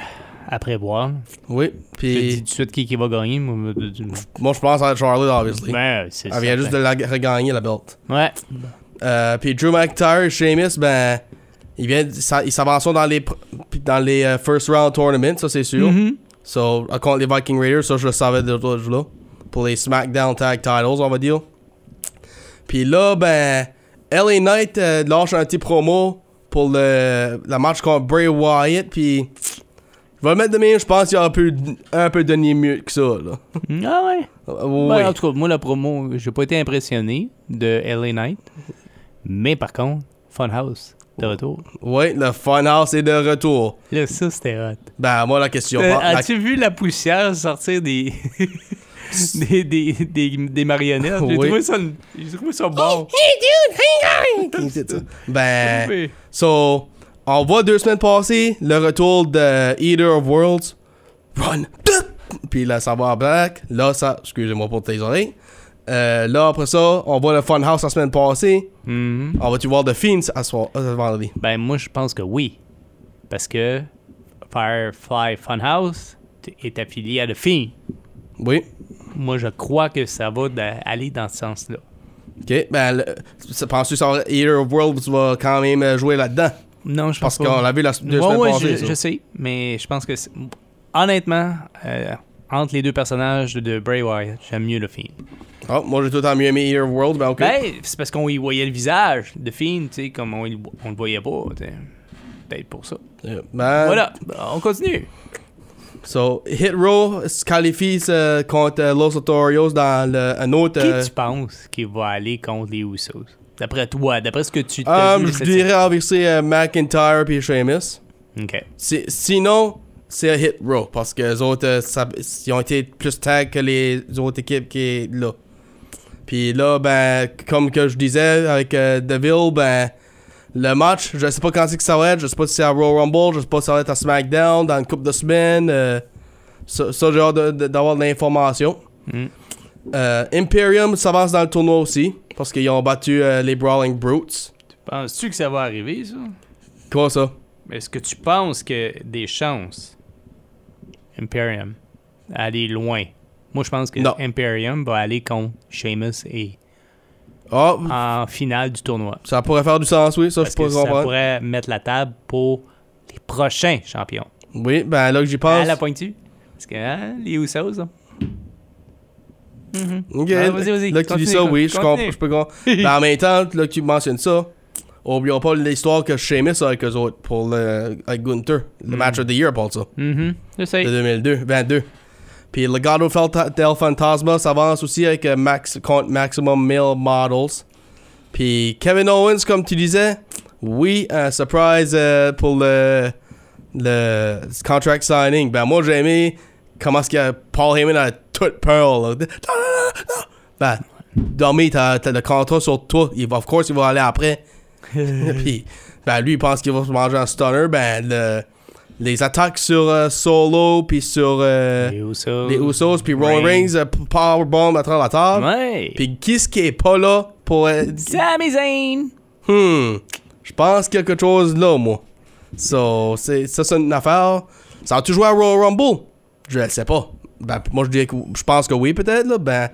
Speaker 5: à prévoir.
Speaker 4: Oui,
Speaker 5: Je te dis tout
Speaker 4: puis
Speaker 5: de suite qui, qui va gagner. moi, moi, tu-
Speaker 4: moi je pense à Charlotte, obviously.
Speaker 5: Ben, c'est
Speaker 4: Elle vient
Speaker 5: certain.
Speaker 4: juste de la regagner, la belt.
Speaker 5: Ouais.
Speaker 4: Euh, puis Drew McIntyre et Sheamus, ben, ils, viennent, ça- ils s'avancent dans les, pr- dans les euh, first round tournament, ça c'est sûr.
Speaker 5: Mhm.
Speaker 4: So, euh, contre les Viking Raiders, ça je le savais de l'autre jour là. Pour les SmackDown Tag Titles, on va dire. Puis là, ben, LA Knight euh, lâche un petit promo pour le, la match contre Bray Wyatt. Puis, je vais le mettre de même, je pense qu'il y a un peu, un peu donné mieux que ça, là.
Speaker 5: Ah ouais.
Speaker 4: Euh,
Speaker 5: Ben,
Speaker 4: oui.
Speaker 5: En tout cas, moi, la promo, j'ai pas été impressionné de LA Knight. Mais par contre, Funhouse, de retour.
Speaker 4: Oui, le Funhouse est de retour.
Speaker 5: Là, ça, c'était hot.
Speaker 4: Ben, moi, la question.
Speaker 5: Euh,
Speaker 4: la-
Speaker 5: As-tu vu la poussière sortir des. des, des, des, des marionnettes? J'ai
Speaker 4: Oui. Euh,
Speaker 5: trouvé ça, une- j'ai trouvé ça bon.
Speaker 4: ben.
Speaker 5: Oui.
Speaker 4: So, uh, on voit deux semaines passer le retour de Eater of Worlds. Run! Puis là, ça va en black. Là, ça. Excusez-moi pour tes oreilles. Euh, là, après ça, on voit le Funhouse la semaine passée.
Speaker 5: Mhm.
Speaker 4: On va-tu voir The Fiends à ce soir, euh, vendredi?
Speaker 5: Ben, moi, je pense que oui. Parce que Firefly Funhouse t- est affilié à The Fiend.
Speaker 4: Oui.
Speaker 5: Moi, je crois que ça va d'a- aller dans ce sens-là.
Speaker 4: OK. Ben, le- ça- penses-tu que ça va- Eater of Worlds va quand même euh, jouer là-dedans?
Speaker 5: Non, je
Speaker 4: Parce
Speaker 5: pense
Speaker 4: qu'on
Speaker 5: pas.
Speaker 4: l'a vu la s- deux
Speaker 5: Ouais,
Speaker 4: semaines
Speaker 5: ouais,
Speaker 4: passées.
Speaker 5: je,
Speaker 4: ça.
Speaker 5: je sais, mais je pense que c'est- honnêtement, euh, entre les deux personnages de- de Bray Wyatt, j'aime mieux le Fiend.
Speaker 4: Ah, moi, j'ai tout le temps mieux aimé Eater of Worlds. Ben, OK.
Speaker 5: Ben, c'est parce qu'on y voyait le visage de Fiend, tu sais, comme on, y- on le voyait pas, tu sais. Peut-être pour ça.
Speaker 4: Euh, ben,
Speaker 5: Voilà, on continue.
Speaker 4: So, Hit Row se qualifie euh, contre euh, Los Otorios dans le, un autre.
Speaker 5: Qui
Speaker 4: euh,
Speaker 5: tu penses qui va aller contre les Usos? D'après toi, d'après ce que tu t'as
Speaker 4: euh,
Speaker 5: vu
Speaker 4: je
Speaker 5: cette
Speaker 4: dirais obviously euh, McIntyre puis Sheamus.
Speaker 5: semaine? OK.
Speaker 4: Si- sinon, c'est un Hit Row parce que les autres euh, ça- ils ont été plus tag que les autres équipes qui est là. Puis là, ben, comme que je disais avec euh, Deville, ben, le match, je sais pas quand c'est que ça va être, je sais pas si c'est à Royal Rumble, je sais pas si ça va être à SmackDown, dans une couple de semaines. euh, ça, ça, j'ai hâte de- de- d'avoir de l'information.
Speaker 5: Mm.
Speaker 4: Euh, Imperium s'avance dans le tournoi aussi, parce qu'ils ont battu euh, les Brawling Brutes.
Speaker 5: Penses-tu que ça va arriver, ça?
Speaker 4: Quoi ça?
Speaker 5: Est-ce que tu penses que des chances Imperium aller loin? Moi, je pense que
Speaker 4: Non.
Speaker 5: Imperium va aller contre Sheamus et
Speaker 4: Ah,
Speaker 5: en finale du tournoi.
Speaker 4: ça pourrait faire du sens, oui, ça je
Speaker 5: Parce que
Speaker 4: peux
Speaker 5: ça
Speaker 4: comprendre.
Speaker 5: pourrait mettre la table pour les prochains champions.
Speaker 4: Oui, ben là que j'y
Speaker 5: À
Speaker 4: pense.
Speaker 5: la pointue. Parce que hein, les Usos, là.
Speaker 4: Ok,
Speaker 5: Ah, vas-y, vas-y,
Speaker 4: Là que tu dis
Speaker 5: continue,
Speaker 4: ça, oui, je,
Speaker 5: continue.
Speaker 4: comprends, je peux comprendre. Mais en même temps, là que tu mentionnes ça, oublions pas l'histoire que Sheamus a avec eux autres pour le, avec Gunther,
Speaker 5: Hmm.
Speaker 4: le match of the year, pour ça,
Speaker 5: Mhm. Je sais.
Speaker 4: de 2002, 22. Puis Legado Fel- del Fantasma s'avance aussi avec euh, Max, contre Maximum Male Models. Puis Kevin Owens, comme tu disais, oui, un surprise euh, pour le, le contract signing. Ben moi, j'ai aimé comment est-ce que Paul Heyman a toute peur. là. De- Non, non, non, non. Ben, dormi, t'as t'as le contrat sur toi. Il va, of course, il va aller après. Puis, ben lui, il pense qu'il va se manger un stunner. Ben, le- les attaques sur euh, Solo, puis sur euh,
Speaker 5: Les Usos.
Speaker 4: les Usos, puis Roman
Speaker 5: Reigns.
Speaker 4: Reigns, euh, powerbomb à travers la table.
Speaker 5: Ouais.
Speaker 4: Puis qui ce qui est pas là pour. euh,
Speaker 5: Sami Zayn.
Speaker 4: Hmm. Je pense quelque chose là, moi. So, c'est, ça, c'est une affaire. Ça a-tu joué à Royal Rumble? Je le sais pas. Ben, moi, je dirais que je pense que oui, peut-être, là. Ben,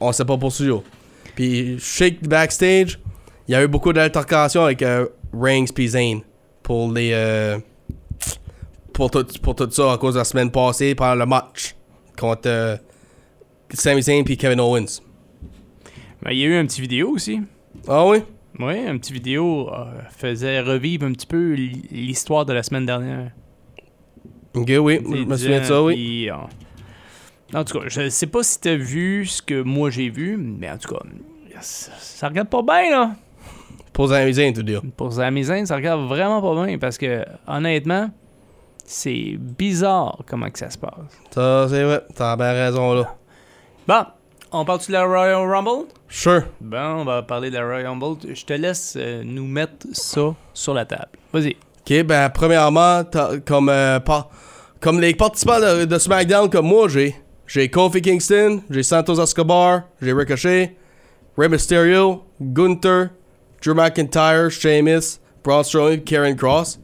Speaker 4: on sait pas pour sûr. Puis, shake backstage, il y a eu beaucoup d'altercations avec euh, Reigns puis Zayn pour les. euh, pour, tout, pour tout ça à cause de la semaine passée pendant le match contre euh, Sami Zayn puis Kevin Owens.
Speaker 5: Ben, Il y a eu un petit vidéo aussi.
Speaker 4: Ah oui?
Speaker 5: Oui, un petit vidéo euh, faisait revivre un petit peu l- l'histoire de la semaine dernière.
Speaker 4: Ok, oui. Je me souviens de ça, oui.
Speaker 5: Puis, euh, En tout cas, je sais pas si t'as vu ce que moi j'ai vu, mais en tout cas, ça, ça regarde pas bien, là.
Speaker 4: Pour Sami Zayn, tu dis.
Speaker 5: Pour Zamizane, ça regarde vraiment pas bien parce que, honnêtement, c'est bizarre comment que ça se passe.
Speaker 4: Ça, c'est vrai. T'as bien raison, là.
Speaker 5: Bon, on parle-tu de la Royal Rumble?
Speaker 4: Sure.
Speaker 5: Bon, on va parler de la Royal Rumble. Je te laisse euh, nous mettre ça sur la table. Vas-y.
Speaker 4: OK, ben, premièrement, t'as- comme, euh, par- comme les participants de, de SmackDown comme moi, j'ai... J'ai Kofi Kingston, j'ai Santos Escobar, j'ai Ricochet, Rey Mysterio, Gunther, Drew McIntyre, Sheamus, Braun Strowman, Karen Cross.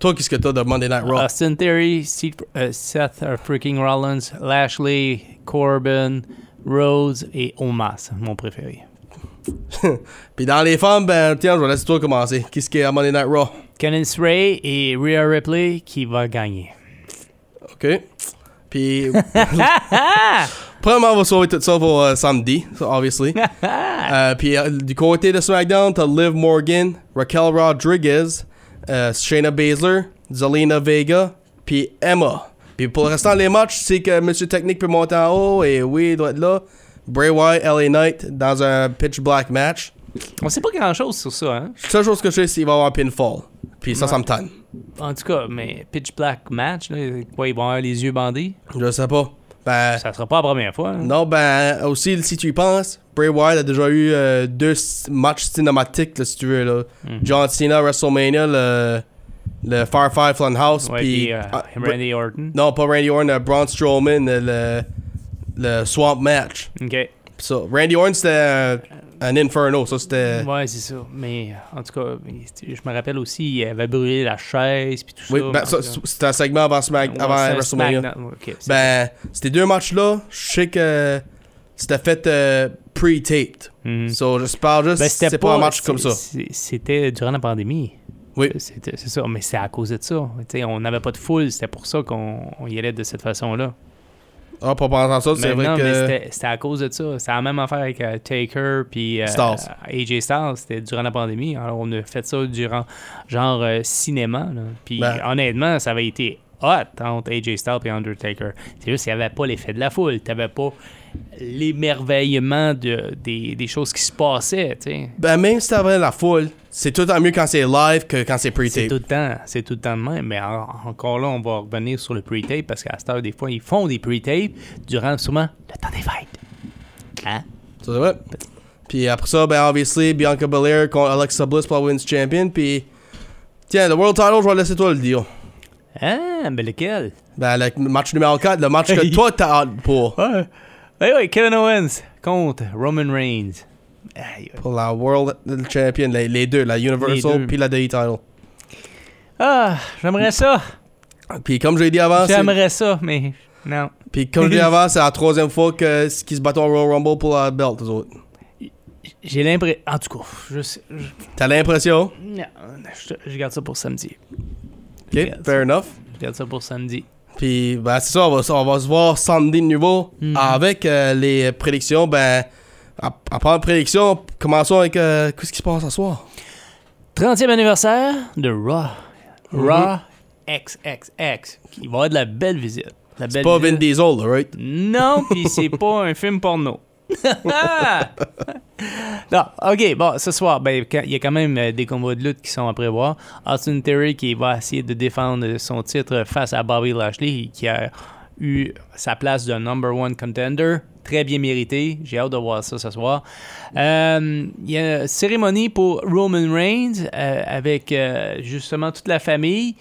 Speaker 4: Toi, qu'est-ce que t'as de Monday Night Raw?
Speaker 5: Austin Uh, Theory, Steve- euh, Seth euh, freaking Rollins, Lashley, Corbin, Rose et Omas, mon préféré.
Speaker 4: Puis dans les femmes, ben, tiens, je vais laisser toi commencer. Qu'est-ce qu'il y a à Monday Night Raw?
Speaker 5: Candice Ray et Rhea Ripley qui va gagner.
Speaker 4: OK. Puis. Premièrement, on va sauver tout ça pour euh, samedi, so, obviously. Euh, puis euh, du côté de SmackDown, t'as Liv Morgan, Raquel Rodriguez, euh, Shayna Baszler, Zelina Vega, puis Emma. Puis pour le restant des matchs, c'est que Monsieur Technique peut monter en haut, et oui, il doit être là. Bray Wyatt, LA Knight dans un pitch black match.
Speaker 5: On sait pas grand chose sur ça, hein?
Speaker 4: Seule chose que je sais, c'est qu'il va y avoir un pinfall. Puis ça, ça me tanne.
Speaker 5: En tout cas, mais pitch black match, là, quoi, ils vont avoir les yeux bandés?
Speaker 4: Je sais pas. Ben,
Speaker 5: Ça sera pas la première fois. hein.
Speaker 4: Non, ben, aussi, si tu y penses, Bray Wyatt a déjà eu euh, deux c- matchs cinématiques, là, si tu veux. Là.
Speaker 5: Mhm.
Speaker 4: John Cena, WrestleMania, le, le Firefly Funhouse,
Speaker 5: Ouais,
Speaker 4: puis...
Speaker 5: puis, euh,
Speaker 4: ah,
Speaker 5: Randy Orton.
Speaker 4: non, pas Randy Orton, euh, Braun Strowman, euh, le, le Swamp Match.
Speaker 5: Ok.
Speaker 4: Ça, Randy Orton, c'était euh, un Inferno, ça, c'était...
Speaker 5: Ouais, c'est ça. Mais euh, en tout cas, je me rappelle aussi, il avait brûlé la chaise puis tout
Speaker 4: Oui,
Speaker 5: ça.
Speaker 4: ben, ça, c'était un segment avant, Ben, Smack,
Speaker 5: Ouais,
Speaker 4: avant
Speaker 5: c'est un
Speaker 4: WrestleMania.
Speaker 5: SmackDown. Ok, c'est-
Speaker 4: Ben, ces deux matchs-là, je sais que c'était fait euh, pre-taped.
Speaker 5: Mhm.
Speaker 4: So, j'espère juste
Speaker 5: Ben,
Speaker 4: que c'est pas un match comme ça.
Speaker 5: c'est- c'est- C'était durant la pandémie.
Speaker 4: Oui.
Speaker 5: C'était- C'est ça, mais c'est à cause de ça. Tu sais, on n'avait pas de foule, c'était pour ça qu'on on y allait de cette façon-là.
Speaker 4: Ah, pas pendant ça, c'est
Speaker 5: Mais
Speaker 4: vrai
Speaker 5: non, mais
Speaker 4: que.
Speaker 5: c'était- c'était à cause de ça. C'est la même affaire avec euh, Taker puis euh,
Speaker 4: Styles.
Speaker 5: AJ Styles. C'était durant la pandémie. Alors, on a fait ça durant, genre, euh, cinéma. là. Puis,
Speaker 4: Ben.
Speaker 5: honnêtement, ça avait été hot entre AJ Styles et Undertaker. C'est juste qu'il n'y avait pas l'effet de la foule. Tu n'avais pas l'émerveillement de, des, des choses qui se passaient, tu sais.
Speaker 4: Ben, même si t'avais la foule, c'est tout en mieux quand c'est live que quand c'est
Speaker 5: C'est
Speaker 4: pre-taped.
Speaker 5: tout le temps, c'est tout le temps de même. Mais en- encore là, on va revenir sur le pre-tape parce qu'à cette heure, des fois, ils font des pre-tapes durant sûrement le temps des fêtes. Hein?
Speaker 4: Ça, C'est vrai. Puis après ça, ben, obviously, Bianca Belair contre Alexa Bliss pour la Women's Champion. Puis, tiens, le World Title, je vais laisser toi le deal.
Speaker 5: Ah, mais lequel?
Speaker 4: Ben, le match numéro 4, le match que toi t'as hâte pour.
Speaker 5: Ah, ouais, ouais, Kevin Owens contre Roman Reigns. Aïe, aïe.
Speaker 4: Pour la World Champion, les, les deux, la
Speaker 5: deux.
Speaker 4: Universal puis la DE Title.
Speaker 5: Ah, j'aimerais ça.
Speaker 4: Puis comme je l'ai dit avant, c'est-
Speaker 5: J'aimerais ça, mais non.
Speaker 4: puis comme je l'ai dit avant, c'est la troisième fois que qu'ils se battent au Royal Rumble pour la belt, eux autres.
Speaker 5: J'ai l'impression. En tout cas, je sais. je-
Speaker 4: T'as l'impression?
Speaker 5: Non, je, je garde ça pour samedi.
Speaker 4: Ok, fair enough.
Speaker 5: Je garde ça pour samedi.
Speaker 4: Puis ben c'est ça, on va, on va se voir samedi de nouveau
Speaker 5: Mhm.
Speaker 4: avec euh, les prédictions. Ben à, à part les prédictions, commençons avec euh, qu'est-ce qui se passe ce soir.
Speaker 5: 30e anniversaire de Raw. Mm-hmm. Raw XXX. Il va y avoir de la belle visite. De la belle
Speaker 4: Pas Vin
Speaker 5: visite.
Speaker 4: Diesel, là, right?
Speaker 5: Non, puis c'est pas un film porno. non, ok, bon, ce soir, ben, quand- il y a quand même euh, des combats de lutte qui sont à prévoir. Austin Theory qui va essayer de défendre son titre face à Bobby Lashley qui a eu sa place de number one contender. Très bien mérité. J'ai hâte de voir ça ce soir. Euh, Il y a une cérémonie pour Roman Reigns euh, avec euh, justement toute la famille.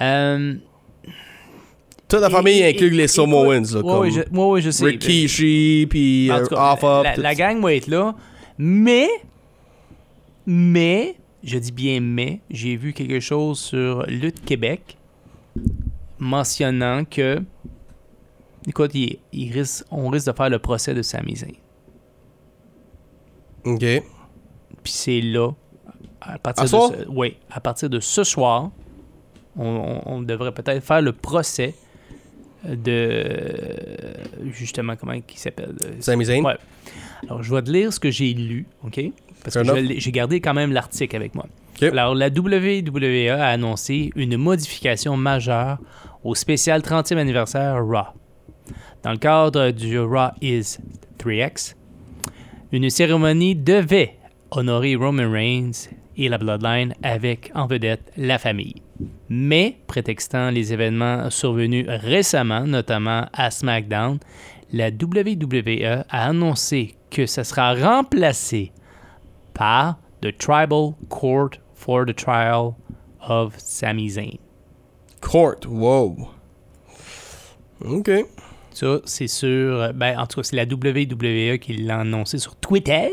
Speaker 5: Euh,
Speaker 4: Toute la famille
Speaker 5: et-
Speaker 4: inclut
Speaker 5: et-
Speaker 4: les
Speaker 5: écoute,
Speaker 4: Samoans, là,
Speaker 5: ouais,
Speaker 4: comme
Speaker 5: ouais, je, ouais, ouais, je sais. ben,
Speaker 4: Rikishi, puis
Speaker 5: En
Speaker 4: euh,
Speaker 5: tout cas,
Speaker 4: Alpha.
Speaker 5: la,
Speaker 4: puis tout
Speaker 5: la
Speaker 4: ça.
Speaker 5: gang va être là, mais, mais, je dis bien mais, j'ai vu quelque chose sur Lutte Québec mentionnant que, écoute, il- il risque- on risque de faire le procès de Sami Zayn.
Speaker 4: Ok.
Speaker 5: Puis c'est là, à partir,
Speaker 4: À
Speaker 5: de
Speaker 4: soir?
Speaker 5: ce, oui, à partir de ce soir, on, on- on devrait peut-être faire le procès de, justement, comment il s'appelle?
Speaker 4: Sami Zayn.
Speaker 5: Ouais. Alors, je vais te lire ce que j'ai lu, OK? Parce
Speaker 4: Fair
Speaker 5: que je
Speaker 4: enough.
Speaker 5: l'ai- j'ai gardé quand même l'article avec moi.
Speaker 4: Ok.
Speaker 5: Alors, la WWE a annoncé une modification majeure au spécial 30e anniversaire Raw. Dans le cadre du Raw is 3X, une cérémonie devait honorer Roman Reigns et la Bloodline avec en vedette la famille. Mais, prétextant les événements survenus récemment, notamment à SmackDown, la WWE a annoncé que ça sera remplacé par The Tribal Court for the Trial of Sami Zayn.
Speaker 4: Court, wow. Ok.
Speaker 5: Ça, c'est sur... Ben, en tout cas, c'est la WWE qui l'a annoncé sur Twitter.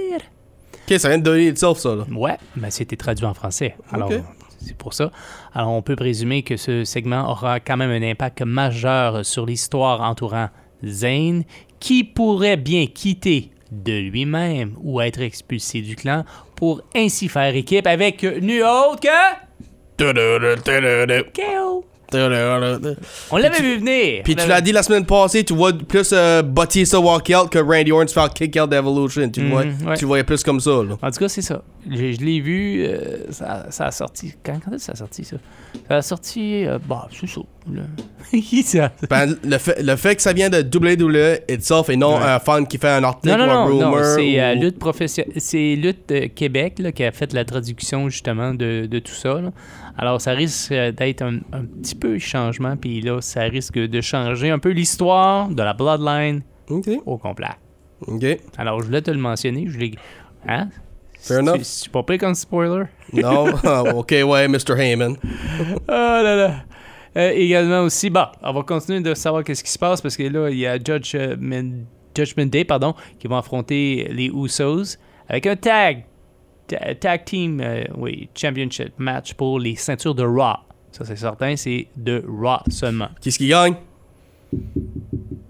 Speaker 4: Ok, ça vient de donner itself, ça, là.
Speaker 5: Ouais, mais c'était traduit en français. Alors,
Speaker 4: Ok.
Speaker 5: c'est pour ça. Alors, on peut présumer que ce segment aura quand même un impact majeur sur l'histoire entourant Zayn, qui pourrait bien quitter de lui-même ou être expulsé du clan pour ainsi faire équipe avec nul autre que KO. On l'avait vu venir.
Speaker 4: Puis tu
Speaker 5: On l'avait-
Speaker 4: l'as dit la semaine passée, tu vois plus euh, Bautista walk out que Randy Orton faire kick out d'Evolution. Tu, le vois,
Speaker 5: Mhm, ouais.
Speaker 4: tu le voyais plus comme ça, là.
Speaker 5: En tout cas, c'est ça. Je, je l'ai vu, euh, ça, ça a sorti. Quand, quand est-ce que ça a sorti, ça? Ça a sorti, euh, bah, c'est ça. là. Qui ça?
Speaker 4: Ben, le, fait, le fait que ça vient de WWE itself et non
Speaker 5: Ouais.
Speaker 4: un fan qui fait un article
Speaker 5: Non, non,
Speaker 4: ou un
Speaker 5: non,
Speaker 4: rumor.
Speaker 5: non, c'est euh,
Speaker 4: ou-
Speaker 5: Lutte, Profession- c'est Lutte euh, Québec là, qui a fait la traduction justement de, de tout ça. là. Alors, ça risque euh, d'être un, un petit peu changement, puis là, ça risque de changer un peu l'histoire de la Bloodline
Speaker 4: Ok,
Speaker 5: au complet.
Speaker 4: ok.
Speaker 5: Alors, je voulais te le mentionner, je l'ai... Hein?
Speaker 4: Fair
Speaker 5: Si tu-
Speaker 4: enough.
Speaker 5: si tu pas pris comme spoiler?
Speaker 4: Non, Ah, ok, ouais, Mr. Heyman.
Speaker 5: Ah là là. Euh, également aussi, bah, on va continuer de savoir qu'est-ce qui se passe parce que là, il y a Judge, euh, Men- Judgment Day pardon, qui vont affronter les Usos avec un tag, ta- tag team, euh, oui, championship match pour les ceintures de Raw. Ça, c'est certain, c'est de Raw seulement.
Speaker 4: Qu'est-ce qui gagne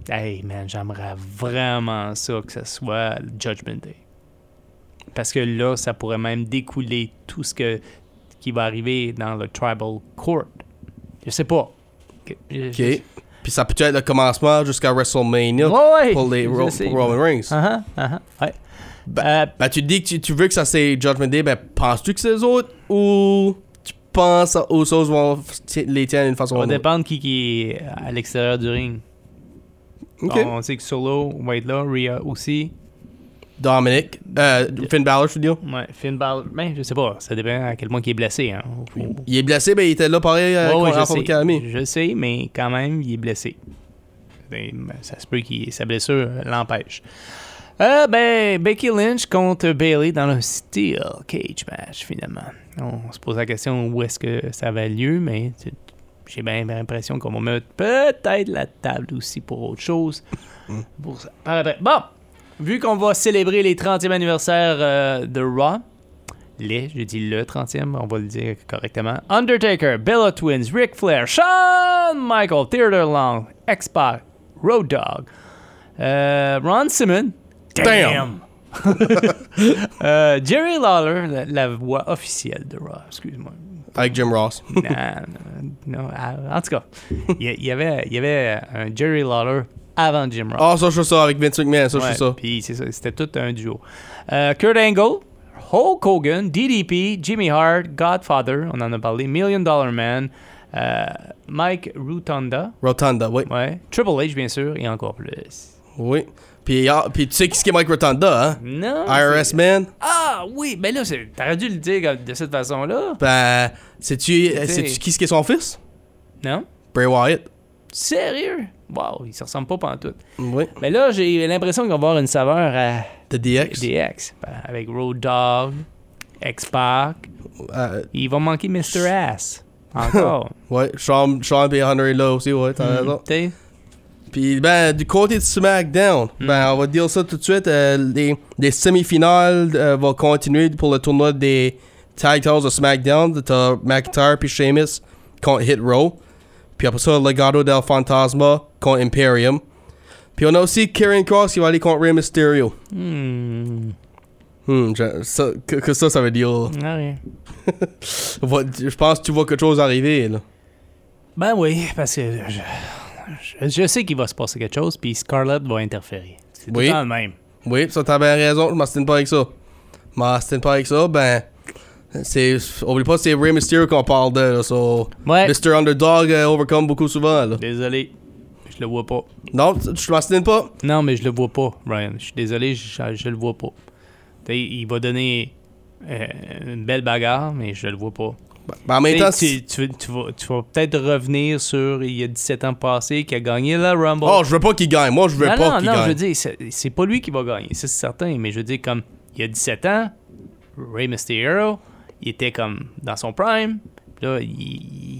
Speaker 5: Hey man, j'aimerais vraiment ça que ce soit le Judgment Day. Parce que là, ça pourrait même découler tout ce que, qui va arriver dans le Tribal Court. Je sais pas. Que- je-
Speaker 4: OK. Puis ça peut être le commencement jusqu'à WrestleMania
Speaker 5: Ouais,
Speaker 4: pour, les
Speaker 5: je
Speaker 4: Ro-
Speaker 5: sais.
Speaker 4: pour Roman Reigns.
Speaker 5: Ah ah, ah ah, ouais. Euh,
Speaker 4: Ben, tu dis que tu, tu veux que ça c'est Judgment Day, ben, penses-tu que c'est les autres ou tu penses aux choses vont f- ti- les tiennent d'une façon
Speaker 5: ça
Speaker 4: ou
Speaker 5: va
Speaker 4: d'une autre?
Speaker 5: dépendre qui, qui est à l'extérieur du ring.
Speaker 4: Ok.
Speaker 5: On, on sait que Solo va être là, Rhea aussi.
Speaker 4: Dominic, euh, Finn Balor, je veux dire.
Speaker 5: Ouais, Finn Balor. Ben, je sais pas, ça dépend à quel point il est blessé. Hein. Faut- faut-
Speaker 4: Il est blessé, ben, il était là pareil euh,
Speaker 5: Ouais, ouais,
Speaker 4: contre
Speaker 5: je,
Speaker 4: Alpha
Speaker 5: sais,
Speaker 4: Academy.
Speaker 5: je sais, mais quand même, il est blessé. Ben, Ça se peut que sa blessure euh, l'empêche. Euh, ben, Becky Lynch contre Bailey dans le Steel Cage match, finalement. On se pose la question où est-ce que ça va lieu, mais tu- j'ai bien l'impression qu'on va mettre peut-être la table aussi pour autre chose. Pour ça. Par après. Bon, vu qu'on va célébrer les 30e anniversaire euh, de Raw, les, j'ai dit le 30e, on va le dire correctement. Undertaker, Bella Twins, Ric Flair, Shawn Michael, Theodore Long, X-Pac, Road Dogg, euh, Ron Simmons,
Speaker 4: Damn!
Speaker 5: euh, Jerry Lawler, la, la voix officielle de Raw, excuse-moi.
Speaker 4: Avec Jim Ross.
Speaker 5: Non, non, non, ah, en tout cas, il y- il y, avait, il y avait un Jerry Lawler avant Jim Ross.
Speaker 4: Ah, ça, je fais ça, avec Vince McMahon, ça, je fais
Speaker 5: Ouais,
Speaker 4: ça.
Speaker 5: Puis c'est ça, c'était tout un duo. Euh, Kurt Angle, Hulk Hogan, DDP, Jimmy Hart, Godfather, on en a parlé, Million Dollar Man, euh, Mike Rutonda,
Speaker 4: Rotunda, oui.
Speaker 5: ouais, Triple H bien sûr, et encore plus.
Speaker 4: Oui. Puis, ah, puis tu sais qui c'est qui est Mike Rotunda, hein?
Speaker 5: Non. c'est-
Speaker 4: IRS Man?
Speaker 5: Ah oui, ben là, c'est- t'aurais dû le dire comme- de cette façon-là.
Speaker 4: Ben, sais-tu euh,
Speaker 5: Tu sais.
Speaker 4: sais-tu qui c'est qui est son fils?
Speaker 5: Non?
Speaker 4: Bray Wyatt.
Speaker 5: Sérieux? Wow, ils se ressemblent pas pantoute.
Speaker 4: Mm, Oui.
Speaker 5: Mais là, j'ai l'impression qu'on va avoir une saveur à
Speaker 4: The DX.
Speaker 5: DX, ben, avec Road Dogg, X-Pac,
Speaker 4: Euh,
Speaker 5: Il va manquer Mr. Ass. Encore.
Speaker 4: ouais. Sean, Sean et Hunter est là aussi, ouais,
Speaker 5: Mm.
Speaker 4: t'as raison.
Speaker 5: T'sais?
Speaker 4: Puis ben du côté de SmackDown, ben on va dire ça tout de suite. euh, les, les semi-finales euh, vont continuer pour le tournoi des titles de SmackDown. T'as McIntyre puis Sheamus contre Hit Row. Puis après ça, Legado del Fantasma contre Imperium. Puis on a aussi Karen Cross qui va aller contre Rey Mysterio.
Speaker 5: Hmm.
Speaker 4: Hmm, je- ça- que, que ça, ça veut dire. là.
Speaker 5: Ah oui.
Speaker 4: Va- Je pense que tu vois quelque chose arriver là.
Speaker 5: Ben oui, parce que je, je- je sais qu'il va se passer quelque chose, puis Scarlett va interférer. C'est
Speaker 4: Oui.
Speaker 5: tout le temps le même.
Speaker 4: Oui, ça t'as bien raison, je m'astine pas avec ça. Je m'astine pas avec ça, ben. C'est. Oublie pas, c'est Rey Mysterio qu'on parle de, là, so.
Speaker 5: Ouais.
Speaker 4: Mr. Underdog euh, overcome beaucoup souvent, là.
Speaker 5: Désolé. Je le vois pas.
Speaker 4: Non, je m'astine pas.
Speaker 5: Non, mais je le vois pas, Ryan. Je suis désolé, je, je le vois pas. T'sais, il va donner euh, une belle bagarre, mais je le vois pas.
Speaker 4: Ben, en même temps,
Speaker 5: T'sais,
Speaker 4: c'est-
Speaker 5: tu, tu, tu vas, tu vas peut-être revenir sur il y a 17 ans passé qui a gagné la Rumble.
Speaker 4: Oh, je veux pas qu'il gagne. Moi, je veux
Speaker 5: non,
Speaker 4: pas
Speaker 5: non,
Speaker 4: qu'il
Speaker 5: non,
Speaker 4: gagne.
Speaker 5: je veux dire, c'est, c'est pas lui qui va gagner, ça, c'est certain, mais je veux dire, comme il y a 17 ans, Ray Mysterio, il était comme dans son prime, puis là, il,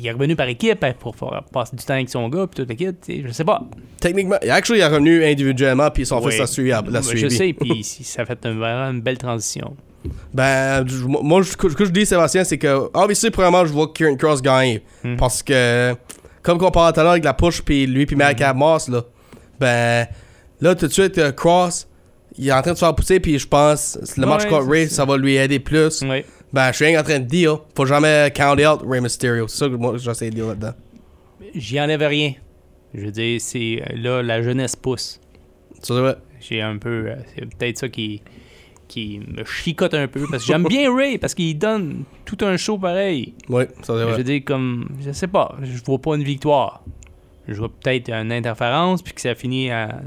Speaker 5: il est revenu par équipe hein, pour faire- passer du temps avec son gars, puis toute l'équipe, tu sais, je sais pas.
Speaker 4: Techniquement, actually, il est revenu individuellement, puis son fils
Speaker 5: Ouais.
Speaker 4: l'a suivi. à- l'a
Speaker 5: Ouais,
Speaker 4: suivi.
Speaker 5: Je sais, puis si- ça fait une- vraiment une belle transition.
Speaker 4: Ben, je- moi, je- ce que je dis, Sébastien, c'est que, obviously, premièrement, je vois Kieran Cross gagner.
Speaker 5: Hmm.
Speaker 4: Parce que, comme qu'on parlait tout à l'heure avec la push, puis lui, puis Mark
Speaker 5: Hmm.
Speaker 4: Moss, là, ben, là, tout de suite, euh, Cross, il est en train de se faire pousser, puis je pense, le match
Speaker 5: Ouais,
Speaker 4: contre
Speaker 5: c'est
Speaker 4: Ray,
Speaker 5: ça. Hmm.
Speaker 4: ça va lui aider plus.
Speaker 5: Ouais.
Speaker 4: Ben, je suis rien en train de dire, faut jamais count out Ray Mysterio. C'est ça que moi, j'essaie de dire là-dedans.
Speaker 5: J'y enlève rien. Je veux dire, c'est là, la jeunesse pousse.
Speaker 4: C'est vrai.
Speaker 5: J'ai un peu. euh, C'est peut-être ça qui, qui me chicote un peu. Parce que j'aime bien Ray, parce qu'il donne tout un show pareil.
Speaker 4: Oui, ça c'est
Speaker 5: Mais Je
Speaker 4: vrai.
Speaker 5: veux dire, comme. Je sais pas. Je vois pas une victoire. Je vois peut-être une interférence, puis que ça finit à.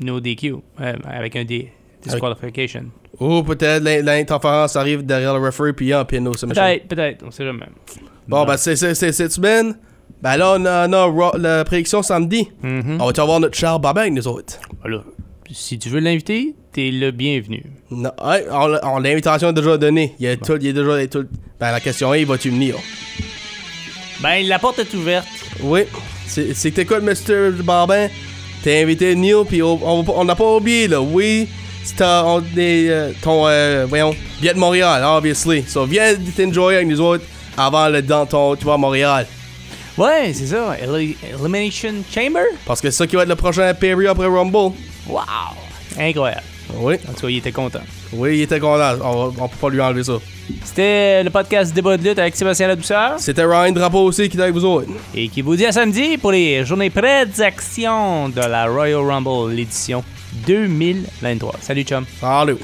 Speaker 5: No DQ. euh, avec un D. Disqualification.
Speaker 4: Ou peut-être l'in- l'interférence arrive derrière le referee, puis il y a un piano submission.
Speaker 5: Peut-être, peut-être. On sait jamais.
Speaker 4: Bon, ben, c'est c'est- c'est cette semaine. Ben là, on a, on a Raw- la prédiction samedi.
Speaker 5: Hmm.
Speaker 4: On va-tu avoir notre Charles Babin avec nous autres?
Speaker 5: Voilà. Ah, Si tu veux l'inviter, t'es le bienvenu.
Speaker 4: Non, ouais, on l'a- on- l'invitation est déjà donnée. Il y a tout, il y a déjà tout. Ben, la question est, vas-tu venir?
Speaker 5: Ben, la porte est ouverte.
Speaker 4: Oui. C'est c'est que t'écoutes, Mr. Babin. T'es invité, Neil, puis on on va pas- on n'a pas oublié, là. Oui, c'est euh, on est, euh, ton, euh, voyons, viens de Montréal, obviously. So, viens t'enjoyer avec nous autres avant le dans ton, tu vas à Montréal.
Speaker 5: Ouais, c'est ça. Eli- Elimination Chamber.
Speaker 4: Parce que c'est ça qui va être le prochain pay après Rumble.
Speaker 5: Wow. Incroyable.
Speaker 4: Oui,
Speaker 5: En tout cas, il était content.
Speaker 4: oui, il était content. On, va- on peut pas lui enlever ça.
Speaker 5: C'était le podcast Débat de lutte avec Sébastien Ladouceur.
Speaker 4: C'était Ryan Drapeau aussi qui était avec vous autres.
Speaker 5: Et qui vous dit à samedi pour les journées prédiction de la Royal Rumble, l'édition 2023. Salut, chum.
Speaker 4: Salut.